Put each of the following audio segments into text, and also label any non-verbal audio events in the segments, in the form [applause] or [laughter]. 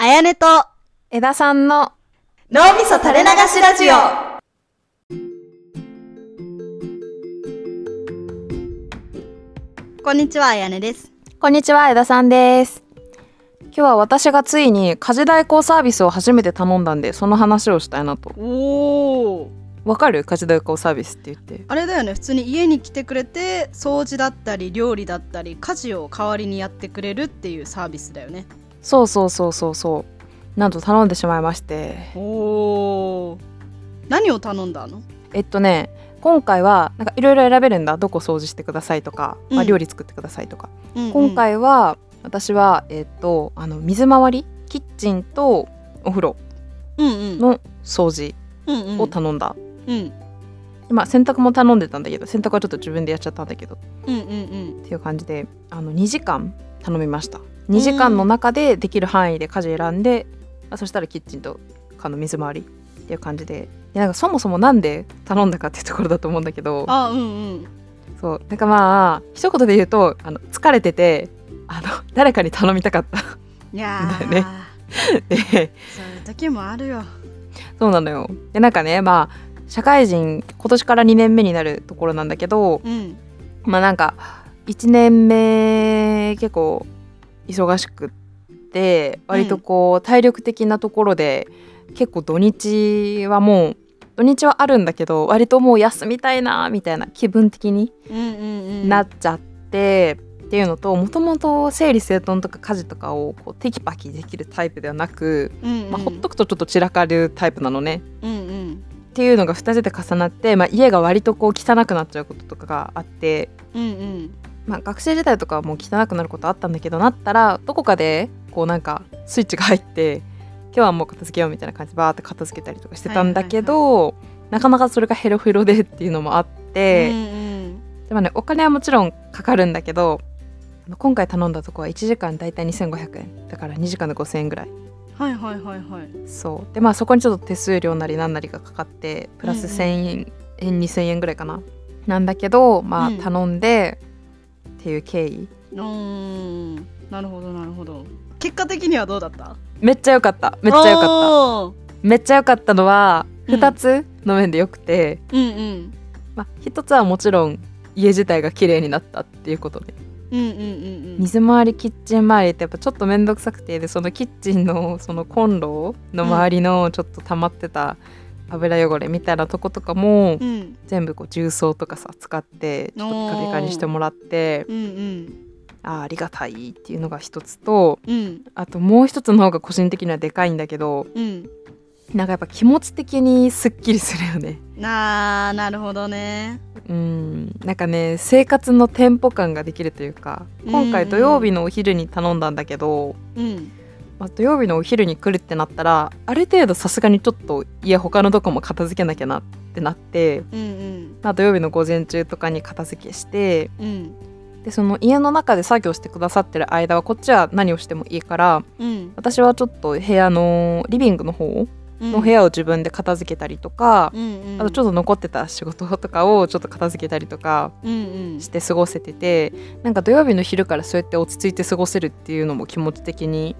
やねと、枝さんの脳みそ垂れ流しラジオ。こんにちは、あやねです。こんにちは枝さんです今日は私がついに家事代行サービスを初めて頼んだんでその話をしたいなとおお。わかる家事代行サービスって言ってあれだよね、普通に家に来てくれて、掃除だったり、料理だったり、家事を代わりにやってくれるっていうサービスだよね。そうそうそうそうそうなんと頼んでしまいましておお。何を頼んだのえっとね今回はなんかいろいろ選べるんだどこ掃除してくださいとか、まあ、うん料理作ってくださいとか、うんうん今回は私はえっとあの水回りキッチンとお風呂うんうんの掃除うんうんを頼んだ、うんまあ洗濯も頼んでたんだけど洗濯はちょっと自分でやっちゃったんだけどうんうんっていう感じであの2時間頼みました2時間の中でできる範囲で家事選んで、あそしたらキッチンとあの水回りっていう感じでいやなんかそもそもなんで頼んだかっていうところだと思うんだけどあうんうんそうなんかまあ一言で言うとあの疲れててあの誰かに頼みたかったいやーだよねでそういう時もあるよそうなのよでなんかねまあ社会人今年から2年目になるところなんだけどうんまあなんか1年目結構忙しくって割とこう体力的なところで結構土日はもう土日はあるんだけど割ともう休みたいなみたいな気分的にうんうんうんなっちゃって、っていうのともともと整理整頓とか家事とかをこうテキパキできるタイプではなく、うんうんまあ、ほっとくとちょっと散らかるタイプなのね。うんうんっていうのが2つで重なって、まあ、家が割とこう汚くなっちゃうこととかがあってうんうんまあ、学生時代とかはもう汚くなることあったんだけどなったらどこかでこうなんかスイッチが入って今日はもう片付けようみたいな感じでバーって片付けたりとかしてたんだけど、なかなかそれがヘロヘロでっていうのもあっうて、んうんでもねお金はもちろんかかるんだけどあの今回頼んだとこは1時間大体2500円だから2時間で5000円ぐらいはいはいはいはいそうでまあそこにちょっと手数料なりなんなりがかかってプラスうんう1,000円、2,000円ぐらいかななんだけどまうあん頼んで、っていう経緯うーんなるほどなるほど結果的にはどうだっためっちゃ良かっためっちゃ良かっかっためっちゃ良かったのはうん2つの面で良くて、たうんうんまあ、1つはもちろん家自体が綺麗になったっていうことでうんうんうんうん水回りキッチン周りってやっぱちょっと面倒くさくてでそのキッチンのそのコンロの周りのちょっと溜まってた油汚れみたいなとことかもうん全部こう重曹とかさ使ってちょっとピカピカにしてもらってうんうんあーありがたいっていうのが1つとうんあともう1つの方が個人的にはでかいんだけどうんなんかやっぱ気持ち的にすっきりするよね。なあなるほどねうん、なんかね生活のテンポ感ができるというか今う回ん土曜日のお昼に頼んだんだけど、うんまあ、土曜日のお昼に来るってなったらある程度さすがにちょっといや他のどこも片付けなきゃなってなって、うんまあ、土曜日の午前中とかに片付けしてうんうんでその家の中で作業してくださってる間はこっちは何をしてもいいからうん私はちょっと部屋のリビングの方うんの部屋を自分で片付けたりとか、うんうんあとちょっと残ってた仕事とかをちょっと片付けたりとかうんうんして過ごせててなんか土曜日の昼からそうやって落ち着いて過ごせるっていうのも気持ち的に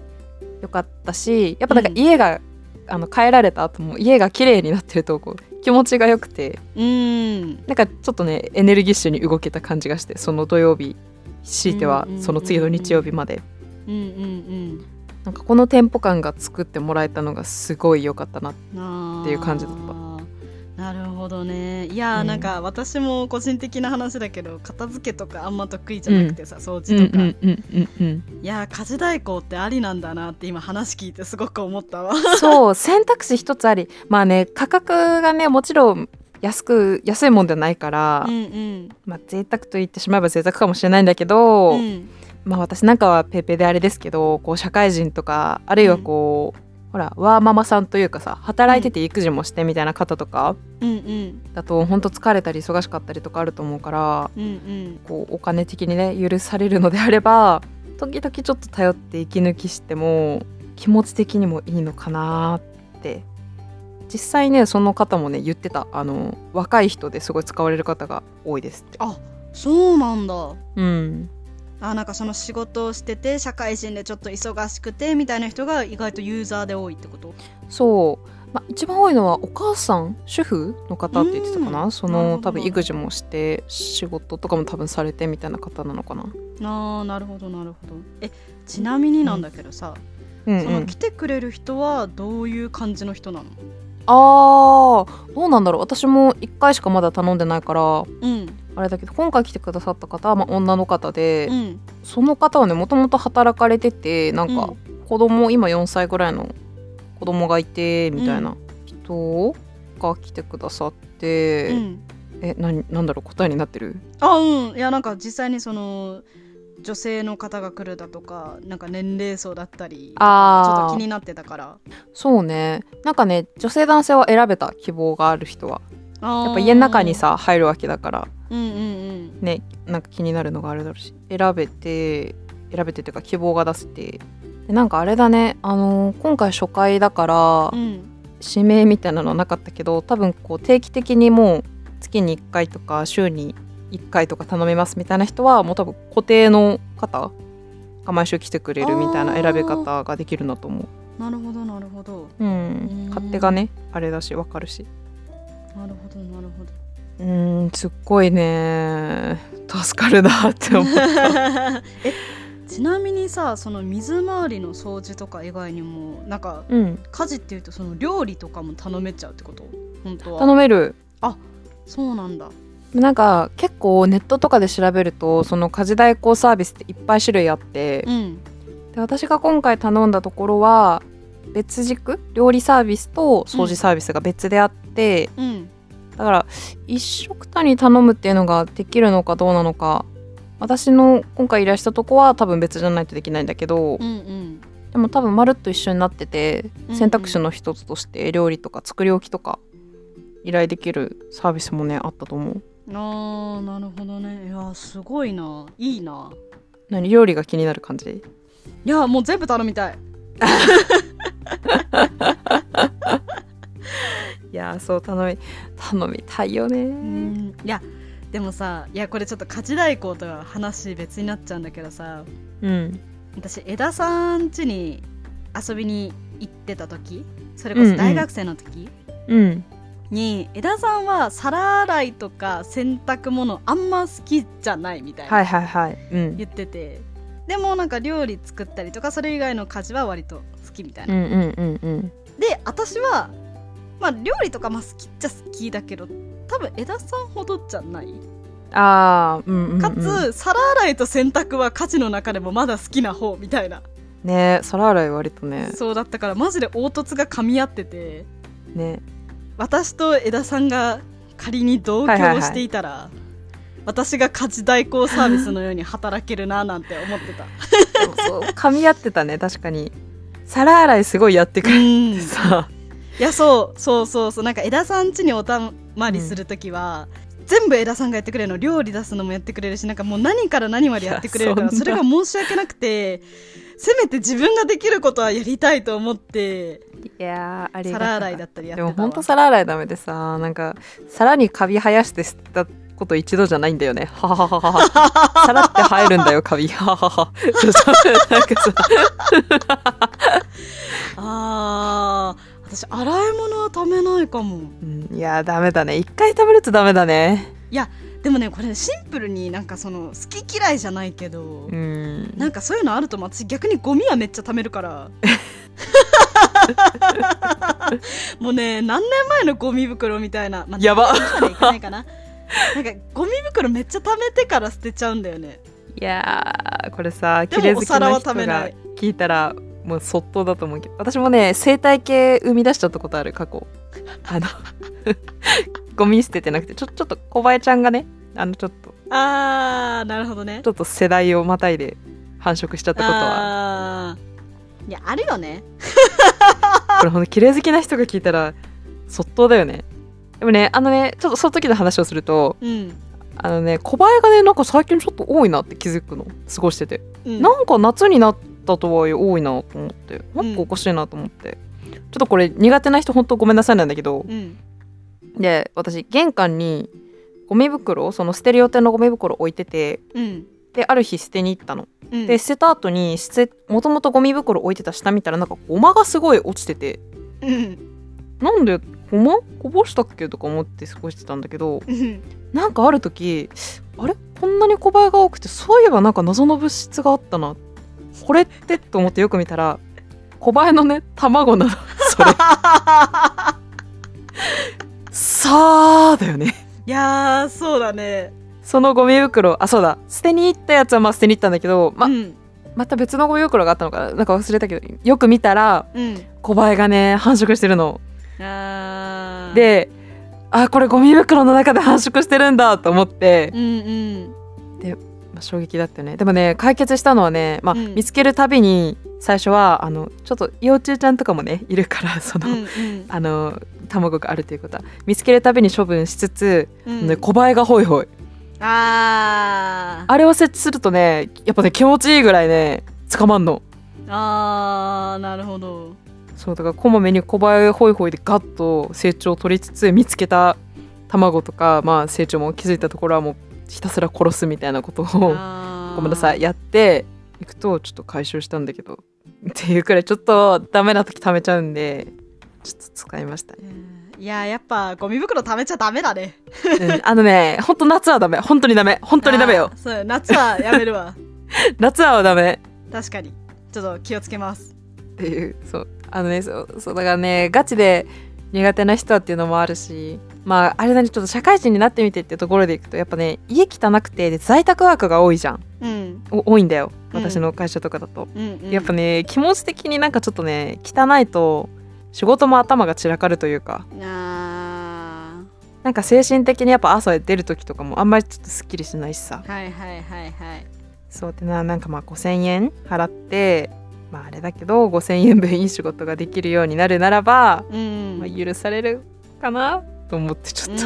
良かったしやっぱなんかうん家が、あの帰られた後も家が綺麗になってるとこう気持ちが良くてうんなんかちょっとねエネルギッシュに動けた感じがしてその土曜日強いてはうんうんうんうんその次の日曜日までうんうんなんかこのテンポ感が作ってもらえたのがすごい良かったなうんっていう感じだったなるほどねいやー、うんなんか私も個人的な話だけど片付けとかあんま得意じゃなくてさ、掃うん除うとか、んうんうんうんいやー家事代行ってありなんだなって今話聞いてすごく思ったわそう選択肢一つありまあね価格がねもちろん安く安いもんじゃないから、うんうんまあ贅沢と言ってしまえば贅沢かもしれないんだけど、うんまあ私なんかはペイペイであれですけどこう社会人とかあるいはこう、ほらワーママさんというかさ働いてて育児もしてみたいな方とかうんうんだとほんと疲れたり忙しかったりとかあると思うからうんうんこうお金的にね許されるのであれば時々ちょっと頼って息抜きしても気持ち的にもいいのかなって実際ねその方もね言ってたあの若い人ですごい使われる方が多いですって。あそうなんだうんあなんかその仕事をしてて社会人でちょっと忙しくてみたいな人が意外とユーザーで多いってことそう、まあ、一番多いのはお母さん主婦の方って言ってたかな、うんそなるほのど多分育児もして仕事とかも多分されてみたいな方なのかな、あーなるほどなるほどえちなみになんだけどさ、うんそうのん来、てくれる人はどういう感じの人なのあーどうなんだろう私も1回しかまだ頼んでないからうんあれだけど今回来てくださった方は、まあ、女の方で、うんその方はねもともと働かれててなんうか子供、今4歳ぐらいの子供がいてみたいな人が来てくださって、うんえななんだろう答えになってるあうんいやなんか実際にその女性の方が来るだとかなんか年齢層だったりとかあちーょっと気になってたからそうねなんかね女性男性は選べた希望がある人はあーやっぱ家の中にさ入るわけだからうんうんねなんか気になるのがあるだろうし選べて選べてというか希望が出せてでなんかあれだねあのー今回初回だからうんうん指名みたいなのはなかったけど多分こう定期的にもう月に1回とか週に1回とか頼めますみたいな人はもう多分固定の方が毎週来てくれるみたいな選べ方ができるんだと思う。なるほどなるほどうん、勝手がねあれだしわかるし。なるほどなる [laughs] ほどうーんすっごいね助かるなって思うえちなみにさその水回りの掃除とか以外にもなんかうん家事っていうとその料理とかも頼めちゃうってこと本当は頼めるそうなんだなんか結構ネットとかで調べるとその家事代行サービスっていっぱい種類あって、うんで私が今回頼んだところは別軸料理サービスと掃除サービスが別であって、うんだから一食単に頼むっていうのができるのかどうなのか私の今回依頼したとこは多分別じゃないとできないんだけど、うんうんでも多分まるっと一緒になっててうん選択肢の一つとして料理とか作り置きとか依頼できるサービスもねあったと思うあーなるほどねいやすごいないいな何料理が気になる感じいやもう全部頼みたいいやーそう頼み頼みたいようねんいやでもさいやこれちょっと家事代行とは話別になっちゃうんだけどさうん私江田さん家に遊びに行ってた時それこそ大学生の時、うんに江田さんは皿洗いとか洗濯物あんま好きじゃないみたいはないはいはいうん言ってて、でもなんか料理作ったりとかそれ以外の家事は割と好きみたいうな、んうんうんうんで私はまあ料理とかまあ好きっちゃ好きだけど多分江田さんほどじゃないあーうんうん、うん、かつ、皿洗いと洗濯は家事の中でもまだ好きな方みたいな、ね皿洗い割とねそうだったからマジで凹凸が噛み合っててね私と江田さんが仮に同居をしていたら、私が家事代行サービスのように働けるななんて思ってたそうそう噛み合ってたね確かに皿洗いすごいやってくうれんていさやそうそうそうそうなんか江田さん家におたまりする時は、全部江田さんがやってくれるの料理出すのもやってくれるしなんかもう何から何までやってくれるかいやらそんなそれが申し訳なくてせめて自分ができることはやりたいと思っていやーありがた皿洗いだったりやってでたわも本当皿洗いダメでさなんか皿にカビ生やして捨てたこと一度じゃないんだよね。はははは [laughs] は。皿って生えるんだよカビ。はははは。そうそうなんかさあー私洗い物はためないかもうんいやーダメだね。一回食べるとダメだね。でもねこれシンプルになんかその好き嫌いじゃないけど、うん。なんかそういうのあると思う私逆にゴミはめっちゃ貯めるからもうね何年前のゴミ袋みたいな、まあ、やば何年前までいかないかななんかゴミ袋めっちゃ貯めてから捨てちゃうんだよねいやーこれさでも綺麗好きお皿なは人食べながい聞いたらもうそっとだと思うけど私もね生態系生み出しちゃったことある過去あの [laughs] ゴミ捨ててなくてちょちょっと小林ちゃんがねあのちょっとあーなるほどねちょっと世代をまたいで繁殖しちゃったことはあーいやあるよねこれほんと綺麗好きな人が聞いたら即答だよねでもねあのねちょっとその時の話をするとうん、あのね小林がねなんか最近ちょっと多いなって気づくの過ごしてて、うん、なんか夏になったとはいえ多いなと思ってなんかおかしいなと思って、ちょっとこれ苦手な人ほんとごめんなさいなんだけどうんで私玄関にゴミ袋その捨てる予定のゴミ袋置いててうんである日捨てに行ったの、うんで捨てた後に捨てもともとゴミ袋置いてた下見たらなんかゴマがすごい落ちててうんなんでゴマこぼしたっけとか思って過ごしてたんだけどうんなんかある時あれこんなに小林が多くてそういえばなんか謎の物質があったなこれってと思ってよく見たら小林のね卵なのそれ [laughs] さあだよねいやーそうだねそのゴミ袋あそうだ捨てに行ったやつはまあ捨てに行ったんだけど、まう、んまた別のゴミ袋があったのかななんか忘れたけどよく見たらうん小林がね繁殖してるのあーであこれゴミ袋の中で繁殖してるんだと思ってう、んうんまあ衝撃だったよねでもね解決したのはね、まあうん見つけるたびに最初はあのちょっと幼虫ちゃんとかもねいるから [laughs] その、うんうんあの卵があるということは見つけるたびに処分しつつ、うんね、小林がホイホイあーあれを設置するとねやっぱね気持ちいいぐらいね捕まんのあーなるほどそうだからこまめに小林ホイホイでガッと成長を取りつつ見つけた卵とか、まあ、成長も気づいたところはもうひたすら殺すみたいなことをごごめんなさいやっていくとちょっと回収したんだけど [laughs] っていうくらいちょっとダメな時貯めちゃうんでちょっと使いましたね、いやーやっぱゴミ袋貯めちゃダメだねうんあのねほんと夏はダメ本当にダメ本当にダメよあーそう夏はやめるわ [laughs] 夏はダメ確かにちょっと気をつけますっていうそうあのねそうそうだからねガチで苦手な人はっていうのもあるしまああれだねちょっと社会人になってみてってところでいくとやっぱね家汚くてで在宅ワークが多いじゃんうんお多いんだようん私の会社とかだと、うん、うん、やっぱね気持ち的になんかちょっとね汚いと仕事も頭が散らかるというかあなんか精神的にやっぱ朝へ出る時とかもあんまりちょっとすっきりしないしさーはいはいはいはいそうってななんかまあ5,000円払ってまああれだけど5,000円分いい仕事ができるようになるならばうんまあ、許されるかなと思ってちょっと、一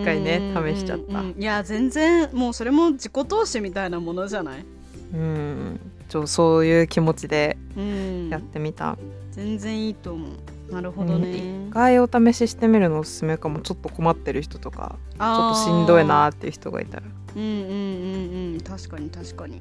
一回ね試しちゃったいや全然もうそれも自己投資みたいなものじゃないうん、ちょそういう気持ちでうんやってみた、全然いいと思うなるほどね、一回お試ししてみるのおすすめかもちょっと困ってる人とかちょっとしんどいなっていう人がいたらっうんうんうんうん確かに確かに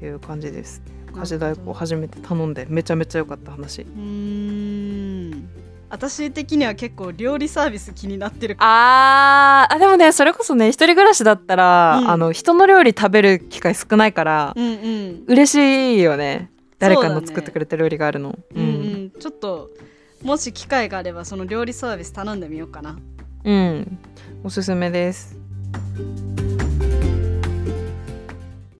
ていう感じです家な事る代ほ行ど初めて頼んでめちゃめちゃ良かった話うーん私的には結構料理サービス気になってるあーあでもねそれこそね一人暮らしだったら、うんあの人の料理食べる機会少ないから、うんうん嬉しいよね誰かそうだのね作ってくれた料理があるのうんうんちょっともし機会があればその料理サービス頼んでみようかなうん、おすすめです。